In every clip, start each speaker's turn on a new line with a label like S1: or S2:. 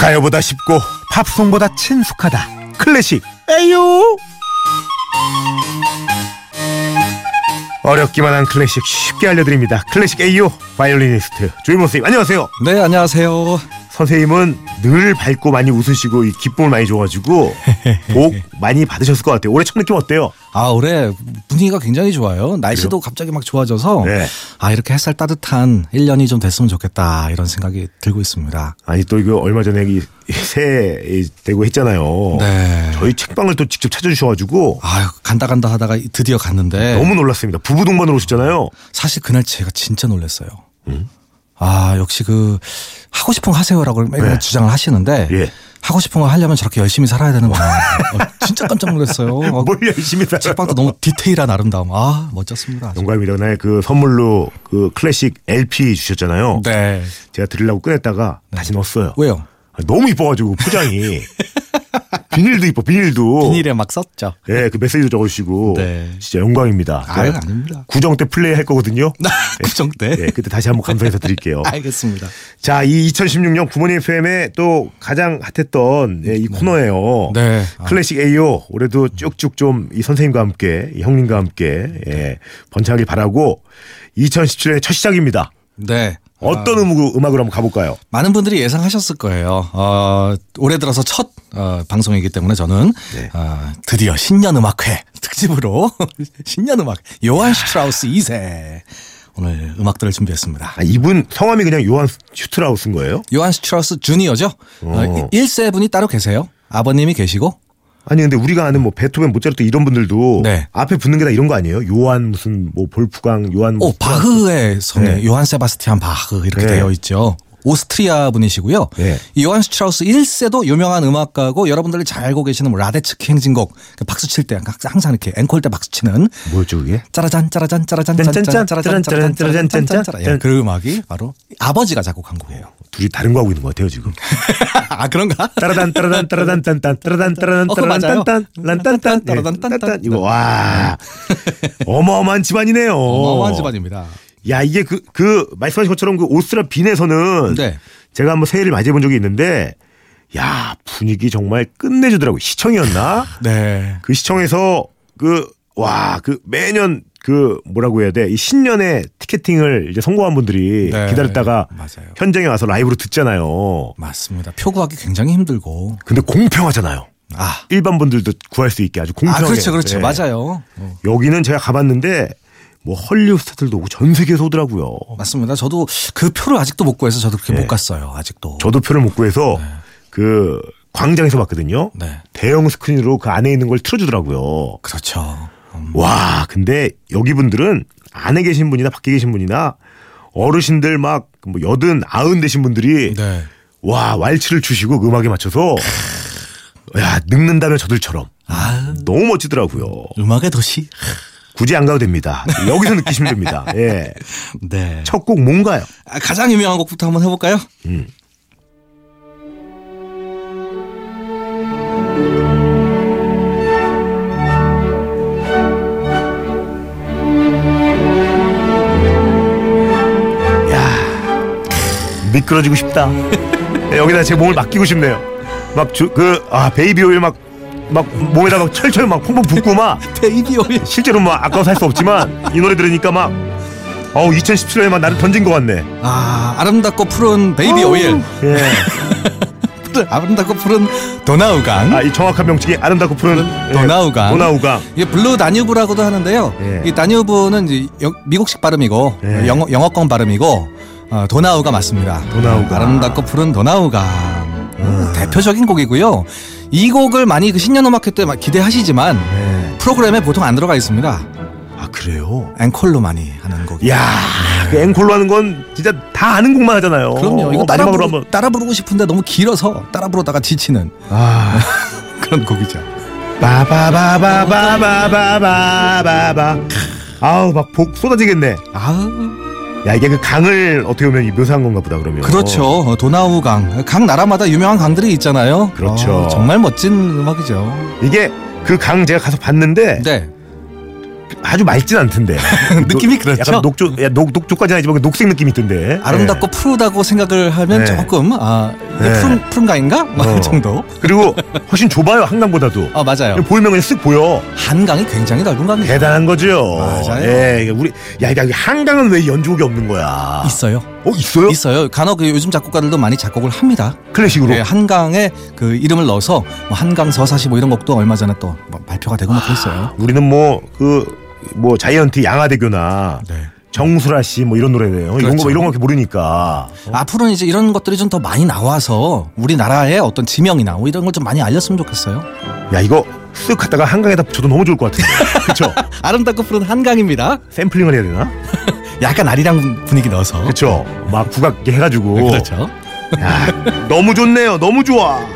S1: 노래보다 쉽고 팝송보다 친숙하다 클래식 에유 어렵기만 한 클래식 쉽게 알려드립니다 클래식 에이오 바이올리니스트 조이모 선생님 안녕하세요
S2: 네, 안녕하세요.
S1: 선생님은 늘 밝고 많이 웃으시고 이 기쁨을 많이 줘가지고 복 많이 받으셨을 것 같아요 올해 첫 느낌 어때요?
S2: 아, 올해 분위기가 굉장히 좋아요. 날씨도 갑자기 막 좋아져서
S1: 네.
S2: 아, 이렇게 햇살 따뜻한 1년이 좀 됐으면 좋겠다. 이런 생각이 들고 있습니다.
S1: 아니 또 이거 얼마 전에 이 새해 이 되고 했잖아요
S2: 네.
S1: 저희 책방을 또 직접 찾아주셔가지고
S2: 아유, 간다 간다 하다가 드디어 갔는데
S1: 너무 놀랐습니다 부부 동반으로 오셨잖아요
S2: 사실 그날 제가 진짜 놀랐어요.
S1: 음?
S2: 아, 역시 그 하고 싶은 거 하세요라고 맨날
S1: 네.
S2: 주장을 하시는데
S1: 예.
S2: 하고 싶은 거 하려면 저렇게 열심히 살아야 되는 거야. 어, 진짜 깜짝 놀랐어요. 어,
S1: 뭘 열심히 살아요
S2: 책방도 너무 디테일한 아름다움. 아, 멋졌습니다. 아주.
S1: 영감이 그날 그 선물로 그 클래식 LP 주셨잖아요.
S2: 네.
S1: 제가 드리려고 꺼냈다가 다시 넣었어요.
S2: 왜요?
S1: 아, 너무 이뻐가지고 포장이 비닐도 이뻐 비닐도
S2: 비닐에 막 썼죠.
S1: 예, 그 메시지도 적어주시고
S2: 네.
S1: 진짜 영광입니다.
S2: 아유,
S1: 네.
S2: 아닙니다.
S1: 구정 때 플레이 할 거거든요.
S2: 네, 구정 때.
S1: 예, 어. 그때 다시 한번 감상해서 드릴게요.
S2: 알겠습니다.
S1: 자, 이 2016년 부모님 FM의 또 가장 핫했던 예, 이 코너예요.
S2: 네. 아.
S1: 클래식 AO 올해도 쭉쭉 좀 이 선생님과 함께 이 형님과 함께 예, 번창하길 바라고 2017년의 첫 시작입니다.
S2: 네.
S1: 어떤 음악으로, 음악으로 한번 가볼까요?
S2: 많은 분들이 예상하셨을 거예요. 어, 올해 들어서 첫 어, 방송이기 때문에 저는
S1: 네.
S2: 어, 드디어 신년 음악회 특집으로 신년 음악 요한 슈트라우스 2세 오늘 음악들을 준비했습니다.
S1: 아, 이분 성함이 그냥 요한 슈트라우스인 거예요?
S2: 요한 슈트라우스 주니어죠.
S1: 어.
S2: 어, 1세 분이 따로 계세요. 아버님이 계시고
S1: 아니 근데 우리가 아는 뭐 베토벤, 모차르트 이런 분들도
S2: 네.
S1: 앞에 붙는 게 다 이런 거 아니에요? 요한 무슨 뭐 볼프강, 요한
S2: 오
S1: 무슨
S2: 바흐의 성에
S1: 네.
S2: 요한 세바스티안 바흐 이렇게
S1: 네.
S2: 되어 있죠. 오스트리아 분이시고요.
S1: 네.
S2: 이 요한 슈트라우스 1세도 유명한 음악가고 여러분들이 잘 알고 계시는 뭐 라데츠키 행진곡 그 박수 칠 때 항상 이렇게 앵콜 때 박수 치는
S1: 뭐였죠 그게?
S2: 짜라잔 짜라잔 짜라잔
S1: 짠짠,
S2: 짜라잔 짜라잔
S1: 짜라잔,
S2: 짜라잔
S1: 짜라잔,
S2: 짜라잔
S1: 짠짠,
S2: 짜라잔
S1: 짠.
S2: 예, 그 음악이 바로 아버지가 작곡한 곡이에요.
S1: 둘이 다른 거 하고 있는 것 같아요 지금.
S2: 아 그런가?
S1: 따라단 따라단 따라단 딴딴 따라단 따라단
S2: 어, 그거
S1: 따라단
S2: 맞아요.
S1: 딴딴 란딴딴 예,
S2: 따라단 딴딴.
S1: 딴딴. 이거 와 어마어마한 집안이네요.
S2: 어마어마한 집안입니다.
S1: 야 이게 그 그 말씀하신 것처럼 그 오스트라 빈에서는
S2: 네.
S1: 제가 한번 새해를 맞이해 본 적이 있는데 야 분위기 정말 끝내주더라고 요 시청이었나
S2: 네.
S1: 그 시청에서 그 와 그 매년 그 뭐라고 해야 돼 이 신년에 티켓팅을 이제 성공한 분들이
S2: 네.
S1: 기다렸다가
S2: 맞아요.
S1: 현장에 와서 라이브로 듣잖아요.
S2: 맞습니다. 표 구하기 굉장히 힘들고
S1: 근데 공평하잖아요.
S2: 아,
S1: 일반 분들도 구할 수 있게 아주
S2: 아
S1: 공평하게.
S2: 그렇죠 그렇죠
S1: 예.
S2: 맞아요. 어.
S1: 여기는 제가 가봤는데 뭐 헐리우드 스타들도 오고 전 세계에서 오더라고요.
S2: 맞습니다. 저도 그 표를 아직도 못 구해서 저도 그렇게
S1: 네.
S2: 못 갔어요. 아직도.
S1: 저도 표를 못 구해서 그 광장에서 봤거든요.
S2: 네.
S1: 대형 스크린으로 그 안에 있는 걸 틀어주더라고요.
S2: 그렇죠. 음,
S1: 와, 근데 여기 분들은 안에 계신 분이나 밖에 계신 분이나 어르신들 막 뭐 여든 아흔 되신 분들이
S2: 네.
S1: 와 왈츠를 추시고 그 음악에 맞춰서 야 늙는다면 저들처럼
S2: 아,
S1: 너무 멋지더라고요.
S2: 음악의 도시.
S1: 굳이 안 가도 됩니다. 여기서 느끼시면 됩니다. 예.
S2: 네.
S1: 첫 곡 뭔가요?
S2: 아, 가장 유명한 곡부터 한번 해볼까요?
S1: 음. 야, 미끄러지고 싶다. 예, 여기다 제 몸을 맡기고 싶네요. 막 그 아 베이비 오일 막 막 몸에다 막 철철 막 펑펑 붓고 막
S2: 베이비 오일.
S1: 실제로 막 아까워서 할 수 없지만 이 노래 들으니까 막 어우 2017년에 막 나를 던진 것 같네.
S2: 아, 아름답고 푸른 베이비 오일.
S1: 예.
S2: 아름답고 푸른 도나우강.
S1: 아 이 정확한 명칭이 아름답고 푸른 예,
S2: 도나우강.
S1: 도나우강.
S2: 이게 블루 다뉴브라고도 하는데요.
S1: 예.
S2: 이 다뉴브는 이제 여- 미국식 발음이고
S1: 예.
S2: 영어, 영어권 발음이고 어, 도나우가 맞습니다.
S1: 도나우강.
S2: 아름답고 푸른 도나우강
S1: 아.
S2: 대표적인 곡이고요. 이 곡을 많이 그 신년 음악회 때 막 기대하시지만
S1: 예.
S2: 프로그램에 보통 안 들어가 있습니다.
S1: 아 그래요.
S2: 앵콜로 많이 하는 곡이.
S1: 야, 그 앵콜로 하는 건 진짜 다 아는 곡만 하잖아요.
S2: 그럼요. 이거 따라,
S1: 마지막으로
S2: 부르,
S1: 한번.
S2: 따라 부르고 싶은데 너무 길어서 따라 부르다가 지치는
S1: 아,
S2: 그런 곡이죠.
S1: 바바바바바바바바바. 아, 아우 막 복 쏟아지겠네.
S2: 아우.
S1: 야 이게 그 강을 어떻게 보면 이 묘사한 건가 보다 그러면.
S2: 그렇죠. 어, 도나우강. 각 나라마다 유명한 강들이 있잖아요.
S1: 그렇죠.
S2: 어, 정말 멋진 음악이죠.
S1: 이게 그 강 제가 가서 봤는데
S2: 네.
S1: 아주 맑진 않던데.
S2: 느낌이 그렇죠?
S1: 약간 녹조, 야, 녹, 녹조까지는 아니지만 그 녹색 느낌이 있던데. 예.
S2: 아름답고 푸르다고 생각을
S1: 네.
S2: 하면 조금 아
S1: 네.
S2: 푸른 푸른가인가 막
S1: 어.
S2: 정도.
S1: 예. 그리고 훨씬 좁아요 한강보다도.
S2: 아 맞아요.
S1: 보이면 그냥 쓱 보여.
S2: 한강이 굉장히 넓은 겁니다.
S1: 대단한 거죠.
S2: 맞아요.
S1: 예, 이게 우리 야, 야, 한강은 왜 연주곡이 없는 거야?
S2: 있어요.
S1: 어, 있어요?
S2: 있어요. 간혹 그 요즘 작곡가들도 많이 작곡을 합니다.
S1: 클래식으로.
S2: 예, 한강에 그 이름을 넣어서 뭐 한강 서사시 뭐 이런 곡도 얼마 전에 또뭐 발표가 되고 막 그랬어요.
S1: 우리는 뭐 그 뭐 자이언트 양화대교나
S2: 네.
S1: 정수라 씨 뭐 이런 노래예요. 이런
S2: 그렇죠.
S1: 거 이런 거밖에 모르니까.
S2: 앞으로는 이제 이런 것들이 좀 더 많이 나와서 우리나라의 어떤 지명이나 뭐 이런 걸 좀 많이 알렸으면 좋겠어요.
S1: 야, 이거 쓱 갔다가 한강에다 붙여도 너무 좋을 것 같은데. 그렇죠?
S2: 아름답고 푸른 한강입니다.
S1: 샘플링을 해야 되나?
S2: 약간 아리랑 분위기 넣어서.
S1: 그렇죠. 막 국악기 해 가지고.
S2: 네, 그렇죠.
S1: 야, 너무 좋네요. 너무 좋아. 어,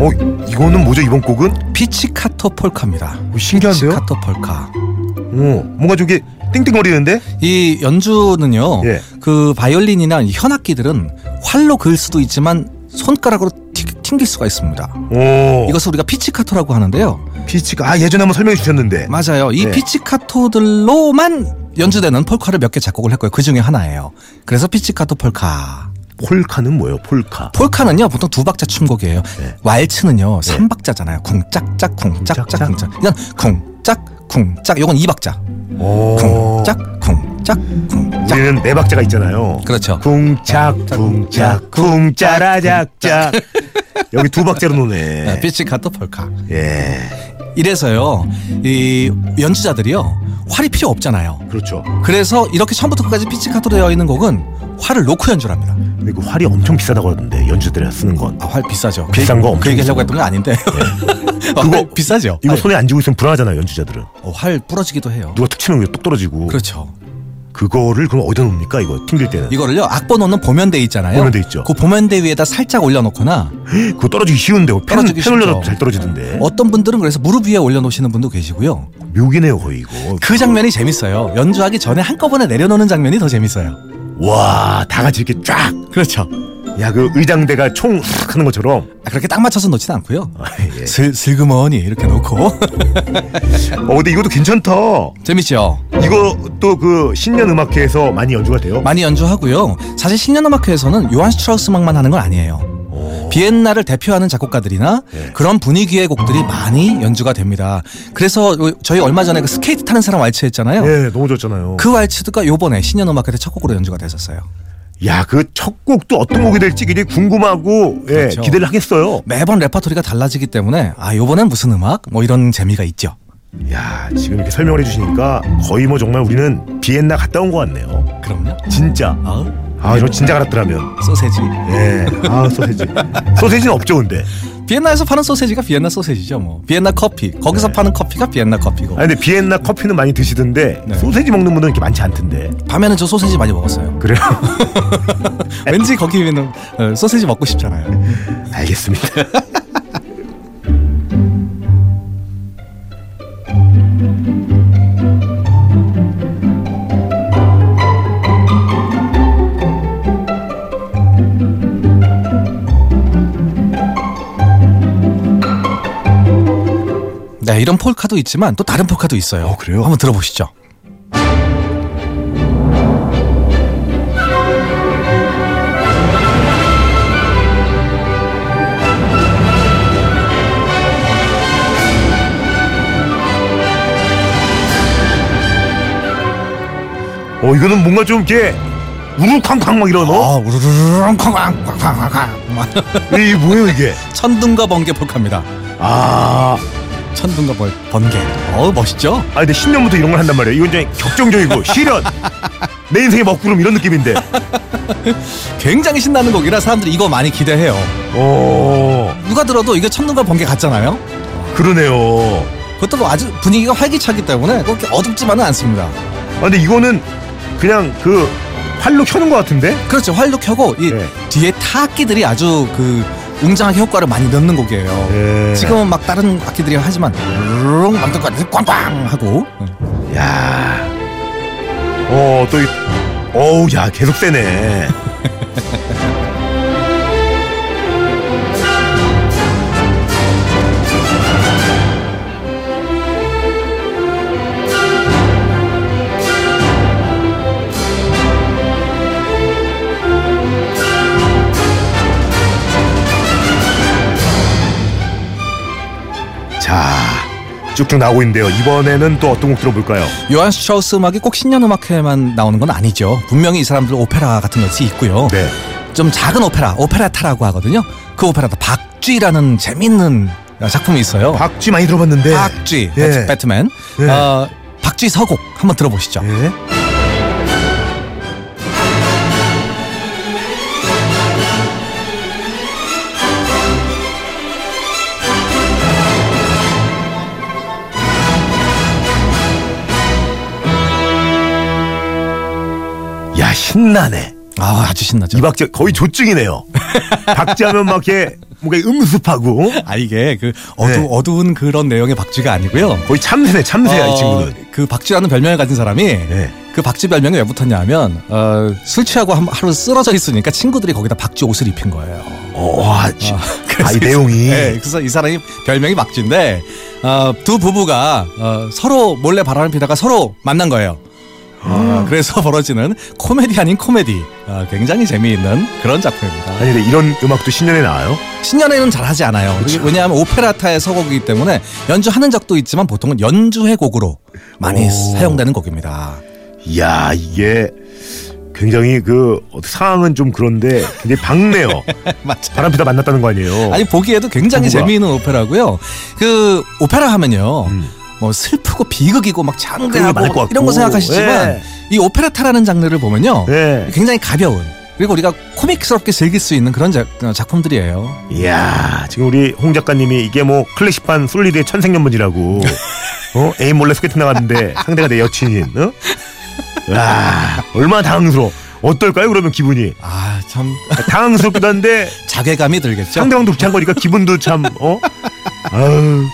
S1: 어, 이거는 뭐죠? 이번 곡은?
S2: 피치카토 폴카입니다.
S1: 어, 신기한데요?
S2: 피치카토 폴카.
S1: 어, 뭔가 저게 띵띵거리는데?
S2: 이 연주는요.
S1: 예.
S2: 그 바이올린이나 현악기들은 활로 그을 수도 있지만 손가락으로 튀- 튕길 수가 있습니다.
S1: 어. 오.
S2: 이것을 우리가 피치카토라고 하는데요.
S1: 피치가 아 예전에 한번 설명해 주셨는데
S2: 맞아요. 이
S1: 네.
S2: 피치카토들로만 연주되는 폴카를 몇 개 작곡을 했고요. 그 중에 하나예요. 그래서 피치카토 폴카.
S1: 폴카는 뭐예요? 폴카.
S2: 폴카는요 보통 두 박자 춤곡이에요.
S1: 네.
S2: 왈츠는요 삼 박자잖아요. 쿵짝짝 쿵짝짝
S1: 쿵짝짝.
S2: 쿵짝. 이건 쿵짝 쿵짝. 요건 이 박자. 어.
S1: 오.
S2: 쿵짝 쿵짝 쿵짝.
S1: 우리는 네 박자가 있잖아요.
S2: 그렇죠.
S1: 쿵짝
S2: 아.
S1: 쿵짝 쿵짜라작짝 여기 두 박자로
S2: 네,
S1: 노네.
S2: 피치카토 폴카.
S1: 예,
S2: 이래서요 이 연주자들이요 활이 필요 없잖아요.
S1: 그렇죠.
S2: 그래서 이렇게 처음부터 끝까지 피치카토로 되어 있는 곡은 활을 놓고 연주를 합니다.
S1: 근데 그 활이 엄청 비싸다고 하던데 연주들이 쓰는 건.
S2: 아, 활 비싸죠.
S1: 비싼 거 엄청 네.
S2: 그 얘기하려고 했던 건 아닌데. 아,
S1: 그거-
S2: 활 비싸죠.
S1: 이거
S2: 아니,
S1: 손에 안 쥐고 있으면 불안하잖아요 연주자들은.
S2: 어, 활 부러지기도 해요.
S1: 누가 툭 치면 뚝 떨어지고.
S2: 그렇죠.
S1: 그거를 그럼 어디다 놓습니까 이거 튕길 때는?
S2: 이거를요 악보 넣는 보면대 있잖아요.
S1: 보면대 있죠. 네.
S2: 그 보면대 위에다 살짝 올려놓거나
S1: 그거 떨어지기 쉬운데 펜,
S2: 떨어지기
S1: 펜 올려도
S2: 쉽죠.
S1: 잘 떨어지던데.
S2: 어떤 분들은 그래서 무릎 위에 올려놓으시는 분도 계시고요.
S1: 묘기네요 거의 이거.
S2: 그 장면이 재밌어요. 연주하기 전에 한꺼번에 내려놓는 장면이 더 재밌어요.
S1: 와, 다 같이 이렇게 쫙.
S2: 그렇죠.
S1: 야, 그 의장대가 총싹 하는 것처럼.
S2: 아, 그렇게 딱 맞춰서 놓지는 않고요.
S1: 예.
S2: 슬, 슬그머니 이렇게 놓고
S1: 어, 근데 이것도 괜찮다.
S2: 재밌죠.
S1: 이것도 그 신년 음악회에서 많이 연주가 돼요.
S2: 많이 연주하고요. 사실 신년음악회에서는 요한 스트라우스 음악만 하는 건 아니에요.
S1: 오.
S2: 비엔나를 대표하는 작곡가들이나
S1: 네.
S2: 그런 분위기의 곡들이 많이 연주가 됩니다. 그래서 저희 얼마 전에 그 스케이트 타는 사람 왈츠 했잖아요.
S1: 예, 너무 좋잖아요.
S2: 그 왈츠가 요번에 신년음악회 때 첫 곡으로 연주가 됐었어요.
S1: 야, 그 첫 곡도 어떤 곡이 될지 굉장히 궁금하고 예,
S2: 그렇죠.
S1: 기대를 하겠어요.
S2: 매번 레퍼토리가 달라지기 때문에 아 요번엔 무슨 음악 뭐 이런 재미가 있죠.
S1: 야, 지금 이렇게 설명을 해주시니까 거의 뭐 정말 우리는 비엔나 갔다 온 것 같네요.
S2: 그럼요.
S1: 진짜.
S2: 아우
S1: 아, 저 진짜 갈았더라면.
S2: 소세지.
S1: 예, 아 소세지. 소세지는 없죠, 근데.
S2: 비엔나에서 파는 소세지가 비엔나 소세지죠. 뭐 비엔나 커피 거기서 파는 커피가 비엔나 커피고
S1: 아 근데 비엔나 커피는 많이 드시던데
S2: 네.
S1: 소세지 먹는 분들은 이렇게 많지 않던데.
S2: 밤에는 저 소세지 많이 먹었어요.
S1: 그래요?
S2: 왠지 거기는 어, 소세지 먹고 싶잖아요.
S1: 알겠습니다.
S2: 네, 이런 폴카도 있지만 또 다른 폴카도 있어요.
S1: 어, 그래요?
S2: 한번 들어보시죠.
S1: 어 이거는 뭔가 좀 이렇게 우르쾅쾅 막 이런 어?
S2: 어, 우르르릉 쾅쾅 쾅쾅 쾅쾅. 막
S1: 이게 뭐예요 이게?
S2: 천둥과 번개 폴카입니다.
S1: 아,
S2: 천둥과 벌, 번개. 어, 멋있죠?
S1: 아 근데 10년부터 이런 걸 한단 말이에요. 이건 좀 격정적이고 실현. 내 인생의 먹구름 이런 느낌인데.
S2: 굉장히 신나는 곡이라 사람들이 이거 많이 기대해요.
S1: 오,
S2: 누가 들어도 이게 첫눈과 번개 같잖아요.
S1: 어, 그러네요.
S2: 그것도 뭐 아주 분위기가 활기차기 때문에 그렇게 어둡지만은 않습니다.
S1: 아, 근데 이거는 그냥 그 활로 켜는 것 같은데?
S2: 그렇죠. 활로 켜고 이
S1: 네.
S2: 뒤에 타악기들이 아주 그 웅장하게 효과를 많이 넣는 곡이에요.
S1: 예.
S2: 지금은 막 다른 악기들이 하지만 룽 만든 것 같아서 꽝꽝 하고 네.
S1: 야, 어, 또, 이, 어우, 야, 계속 세네. 자, 쭉쭉 나오고 있는데요. 이번에는 또 어떤 곡 들어볼까요?
S2: 요한 슈트라우스 음악이 꼭 신년 음악회만 나오는 건 아니죠. 분명히 이 사람들 오페라 같은 것이 있고요.
S1: 네.
S2: 좀 작은 오페라, 오페라타라고 하거든요. 그 오페라도 박쥐라는 재밌는 작품이 있어요.
S1: 박쥐 많이 들어봤는데.
S2: 박쥐,
S1: 예.
S2: 배트- 배트맨.
S1: 예.
S2: 어, 박쥐 서곡 한번 들어보시죠.
S1: 예. 야 신나네.
S2: 아, 아주 신나죠.
S1: 이 박쥐 거의 조증이네요. 박쥐하면 막 이렇게 뭔가 음습하고
S2: 아 이게 그 어두
S1: 네.
S2: 어두운 그런 내용의 박쥐가 아니고요.
S1: 거의 참새네 참새야
S2: 어,
S1: 이 친구는.
S2: 그 박쥐라는 별명을 가진 사람이
S1: 예.
S2: 그 박쥐 별명이 왜 붙었냐면 어, 술 취하고 한- 하루 쓰러져 있으니까 친구들이 거기다 박쥐 옷을 입힌 거예요.
S1: 어, 와, 지-
S2: 아,
S1: 아,
S2: 그래서
S1: 이 내용이
S2: 네, 그래서 이 사람이 별명이 박쥐인데 어, 두 부부가 어, 서로 몰래 바람을 피다가 서로 만난 거예요. 아, 그래서 벌어지는 코미디 아닌 코미디 아, 굉장히 재미있는 그런 작품입니다.
S1: 아니 근데 이런 음악도 신년에 나와요?
S2: 신년에는 잘하지 않아요.
S1: 그쵸.
S2: 왜냐하면 오페라타의 서곡이기 때문에 연주하는 적도 있지만 보통은 연주회 곡으로 많이
S1: 오.
S2: 사용되는 곡입니다.
S1: 이야 이게 굉장히 그 어떤 상황은 좀 그런데 굉장히 밝네요.
S2: 맞아.
S1: 바람피다 만났다는 거 아니에요?
S2: 아니 보기에도 굉장히
S1: 누구가?
S2: 재미있는 오페라고요. 그 오페라 하면요.
S1: 음.
S2: 뭐 슬프고 비극이고 막
S1: 그런 거 많을 것
S2: 장대하고
S1: 같고.
S2: 뭐 이런 거 생각하시지만
S1: 예.
S2: 이 오페라타라는 장르를 보면요.
S1: 네.
S2: 굉장히 가벼운 그리고 우리가 코믹스럽게 즐길 수 있는 그런 자- 어, 작품들이에요.
S1: 이야 지금 우리 홍 작가님이 이게 뭐 클래식판 솔리드의 천생연분이라고 어? 애인 몰래 소개팅 나갔는데 상대가 내 여친인 어? 와 얼마나 당황스러워 어떨까요 그러면 기분이
S2: 아 참
S1: 당황스럽기도 한데
S2: 자괴감이 들겠죠.
S1: 상대방도 부한 거니까 기분도 참 어? 아유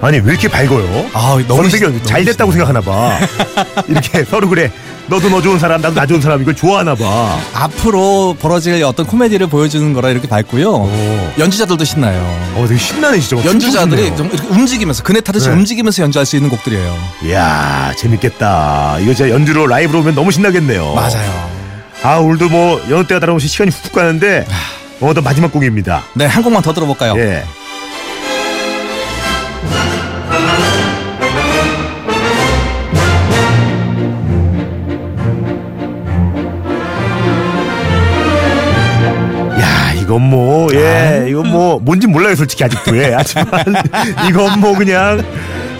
S1: 아니 왜 이렇게 밝아요?
S2: 아 너무
S1: 선택이
S2: 시-
S1: 잘
S2: 너무
S1: 됐다고
S2: 시-
S1: 생각하나 봐. 이렇게 서로 그래. 너도 너 좋은 사람, 나도 나 좋은 사람 이걸 좋아하나 봐.
S2: 앞으로 벌어질 어떤 코미디를 보여주는 거라 이렇게
S1: 어,
S2: 밝고요. 연주자들도 신나요.
S1: 어 되게 신나네 진짜.
S2: 연주자들이
S1: 춤추시네요.
S2: 좀 이렇게 움직이면서 그네 타듯이
S1: 네.
S2: 움직이면서 연주할 수 있는 곡들이에요.
S1: 이야 재밌겠다. 이거 진짜 연주로 라이브로 오면 너무 신나겠네요.
S2: 맞아요.
S1: 아 오늘도 뭐 여느 때와 다름없이 시간이 훅훅 가는데 어또 마지막 곡입니다.
S2: 네, 한 곡만 더 아. 들어볼까요?
S1: 예. 야 이건 뭐,
S2: 아.
S1: 예, 이건 뭐,
S2: 음.
S1: 뭔지 몰라요, 솔직히, 아직도, 예. 하지만, 이건 뭐, 그냥,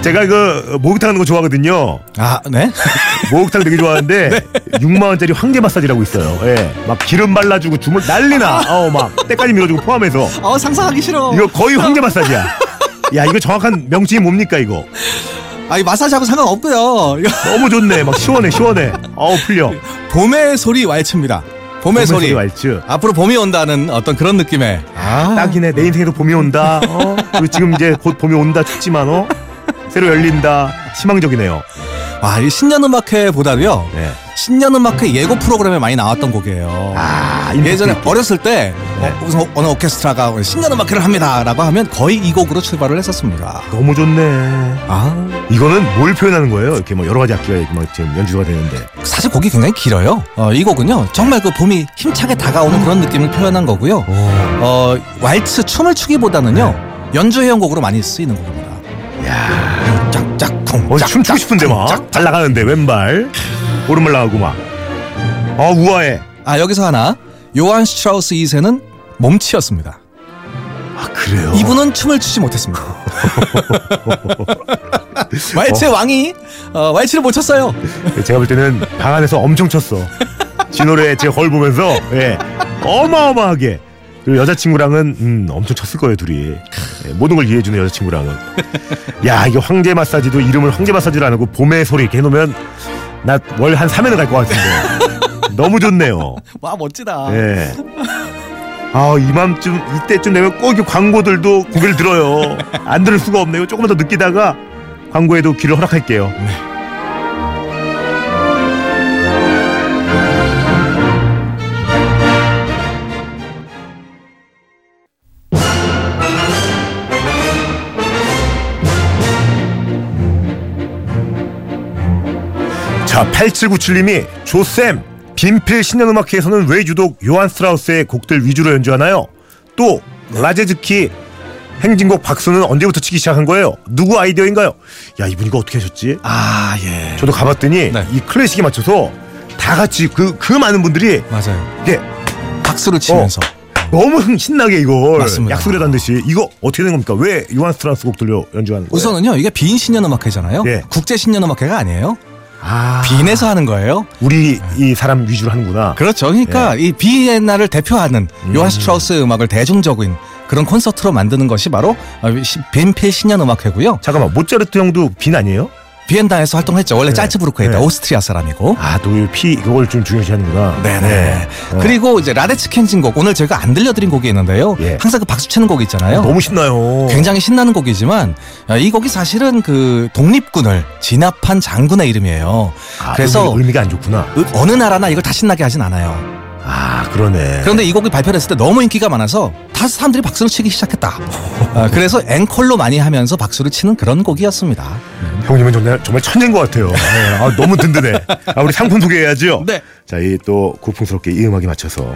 S1: 제가 그, 목욕탕 하는 거 좋아하거든요.
S2: 아, 네?
S1: 목욕탕 되게 좋아하는데 6만 원짜리 황제 마사지라고 있어요. 예. 막 기름 발라주고 주물 난리나. 어막 때까지 밀어주고 포함해서
S2: 어, 상상하기 싫어.
S1: 이거 거의 황제 마사지야. 야 이거 정확한 명칭이 뭡니까 이거?
S2: 아, 이 마사지하고 상관없고요. 이거
S1: 너무 좋네. 막 시원해 시원해. 어우 풀려.
S2: 봄의 소리 왈츠입니다. 봄의, 소리.
S1: 왈츠.
S2: 앞으로 봄이 온다는 어떤 그런 느낌의 아,
S1: 딱이네. 내 인생에도 봄이 온다. 어? 그리고 지금 이제 곧 봄이 온다. 춥지만 어 새로 열린다. 희망적이네요.
S2: 와, 아, 이 신년 음악회보다도요.
S1: 예.
S2: 신년 음악회 예고 프로그램에 많이 나왔던 곡이에요.
S1: 아
S2: 예전에 어렸을 때
S1: 네.
S2: 어, 무슨 어느 오케스트라가 신년 음악회를 합니다라고 하면 거의 이 곡으로 출발을 했었습니다.
S1: 너무 좋네.
S2: 아
S1: 이거는 뭘 표현하는 거예요? 이렇게 뭐 여러 가지 악기가 이렇게 막 지금 연주가 되는데.
S2: 사실 곡이 굉장히 길어요. 어, 이 곡은요 정말 그 봄이 힘차게 다가오는 그런 느낌을 표현한 거고요. 어 왈츠 춤을 추기보다는요 연주회용 곡으로 많이 쓰이는 곡입니다.
S1: 네. 야.
S2: 짝짝쿵.
S1: 어, 춤추고 싶은데 막.
S2: 짝.
S1: 잘 나가는데 왼발. 오른발 나가고 막. 아, 우아해.
S2: 아 여기서 하나 요한 슈트라우스 2세는 몸치였습니다.
S1: 아 그래요.
S2: 이분은 춤을 추지 못했습니다. 왈츠의 왕이 어, 왈츠를 못 췄어요.
S1: 네, 제가 볼 때는 방 안에서 엄청 쳤어. 진호래 제 걸 보면서 예, 어마어마하게 그리고 여자친구랑은 음, 엄청 쳤을 거예요 둘이 예, 모든 걸 이해해주는 여자친구랑은 야 이게 황제 마사지도 이름을 황제 마사지를 안 하고 봄의 소리 이렇게 해놓으면 나 월 한 3회는 갈 것 같은데 너무 좋네요
S2: 와 멋지다.
S1: 예. 아 이맘쯤 이때쯤 되면 꼭이 광고들도 고개를 들어요 안 들을 수가 없네요 조금만 더 느끼다가 광고에도 귀를 허락할게요 자, 8797님이 조쌤 빈필 신년음악회에서는 왜 유독 요한 스트라우스의 곡들 위주로 연주하나요? 또 라제즈키 행진곡 박수는 언제부터 치기 시작한 거예요? 누구 아이디어인가요? 야 이분 이거 어떻게 하셨지?
S2: 아 예.
S1: 저도 가봤더니
S2: 네.
S1: 이 클래식에 맞춰서 다 같이 그 그 많은 분들이 예,
S2: 맞아요.
S1: 이게 어.
S2: 박수를 치면서
S1: 네. 너무 흥- 신나게 이걸
S2: 맞습니다.
S1: 약속이라는 듯이 이거 어떻게 된 겁니까? 왜 요한 스트라우스 곡들로 연주하는 거예요?
S2: 우선은요 이게 빈 신년음악회잖아요.
S1: 예.
S2: 국제 신년음악회가 아니에요.
S1: 아,
S2: 빈에서 하는 거예요.
S1: 우리 이 사람 위주로 하는구나.
S2: 그렇죠. 그러니까
S1: 예.
S2: 이 비엔나를 대표하는
S1: 음.
S2: 요한 스트라우스 음악을 대중적인 그런 콘서트로 만드는 것이 바로 어, 시- 빈필 신년음악회고요.
S1: 잠깐만 모차르트 형도 빈 아니에요?
S2: 비엔나에서 활동했죠. 원래 짤츠부르크에 있다
S1: 네.
S2: 오스트리아 사람이고.
S1: 아, 또피 이걸 좀 중요시하는구나.
S2: 네네.
S1: 어.
S2: 그리고 이제 라데츠 켄진곡 오늘 제가 안 들려드린 곡이 있는데요.
S1: 예.
S2: 항상 그 박수 치는 곡 있잖아요.
S1: 네. 너무 신나요.
S2: 굉장히 신나는 곡이지만 야, 이 곡이 사실은 그 독립군을 진압한 장군의 이름이에요.
S1: 아,
S2: 그래서
S1: 의미- 의미가 안 좋구나.
S2: 으- 어느 나라나 이걸 다 신나게 하진 않아요.
S1: 아, 그러네.
S2: 그런데 이 곡을 발표했을 때 너무 인기가 많아서 다 사람들이 박수를 치기 시작했다. 아, 그래서 앵콜로 많이 하면서 박수를 치는 그런 곡이었습니다.
S1: 형님은 정말 정말 천재인 것 같아요. 네. 아, 너무 든든해. 아, 우리 상품 소개해야죠.
S2: 네.
S1: 자, 이 또 고풍스럽게 이 음악에 맞춰서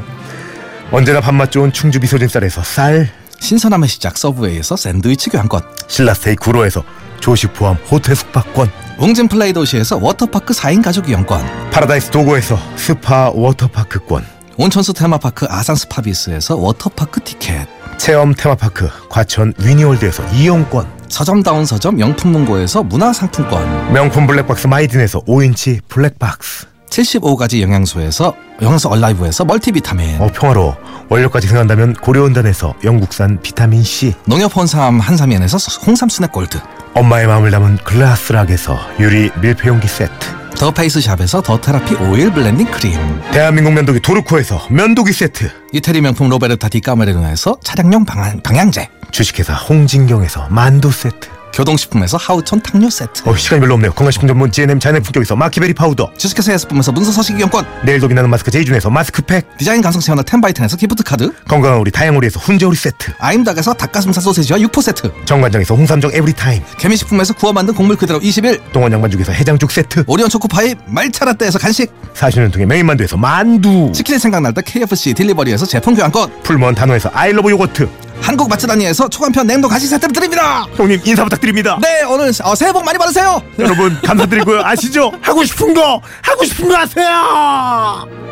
S1: 언제나 밥맛 좋은 충주 미소진 쌀에서 쌀,
S2: 신선함의 시작 서브웨이에서 샌드위치 교환권,
S1: 신라 스테이크 구로에서 조식 포함 호텔 숙박권,
S2: 웅진 플레이 도시에서 워터파크 4인 가족 이용권,
S1: 파라다이스 도고에서 스파 워터파크권,
S2: 온천수 테마파크 아산 스파비스에서 워터파크 티켓,
S1: 체험 테마파크 과천 위니월드에서 이용권,
S2: 서점다운 서점 명품문고에서 문화상품권,
S1: 명품 블랙박스 마이딘에서 5인치 블랙박스.
S2: 75가지 영양소에서 영양소 얼라이브에서 멀티비타민
S1: 어 평화로워 원료까지 생각한다면 고려온단에서 영국산 비타민 C
S2: 농협 혼삼 한삼연에서 홍삼 스낵 골드
S1: 엄마의 마음을 담은 글라스락에서 유리 밀폐용기 세트
S2: 더 페이스 샵에서 더 테라피 오일 블렌딩 크림
S1: 대한민국 면도기 도르코에서 면도기 세트
S2: 이태리 명품 로베르타 디카메르노에서 차량용 방안, 방향제
S1: 주식회사 홍진경에서 만두 세트
S2: 교동식품에서 하우촌 탕류 세트
S1: 어 시간이 별로 없네요 건강식품 전문 GNM 자연의 품격에서 마키베리 파우더
S2: 주식회사 예스품에서 문서 서식 이용권
S1: 내일 독이 나는 마스크 제이준에서 마스크팩
S2: 디자인 감성 체험을 텐바이텐에서 기프트 카드
S1: 건강한 우리 다양오리에서 훈제오리 세트
S2: 아임닭에서 닭가슴살 소세지와 육포 세트
S1: 정관장에서 홍삼정 에브리타임
S2: 개미식품에서 구워 만든 곡물 그대로 21
S1: 동원 양반죽에서 해장죽 세트
S2: 오리온 초코파이 말차라떼에서 간식
S1: 사시는 통에 메인만두에서 만두
S2: 치킨이 생각날 때 KFC 딜리버리에서 제품 교환권
S1: 풀먼 단호에서 아이러브 요거트
S2: 한국 맛집 다니에서 초간편 냉동 간식 세트를 드립니다
S1: 형님 인사 부탁드립니다
S2: 네 오늘 어, 새해 복 많이 받으세요
S1: 여러분 감사드리고요. 아시죠? 하고 싶은 거 하고 싶은 거 하세요.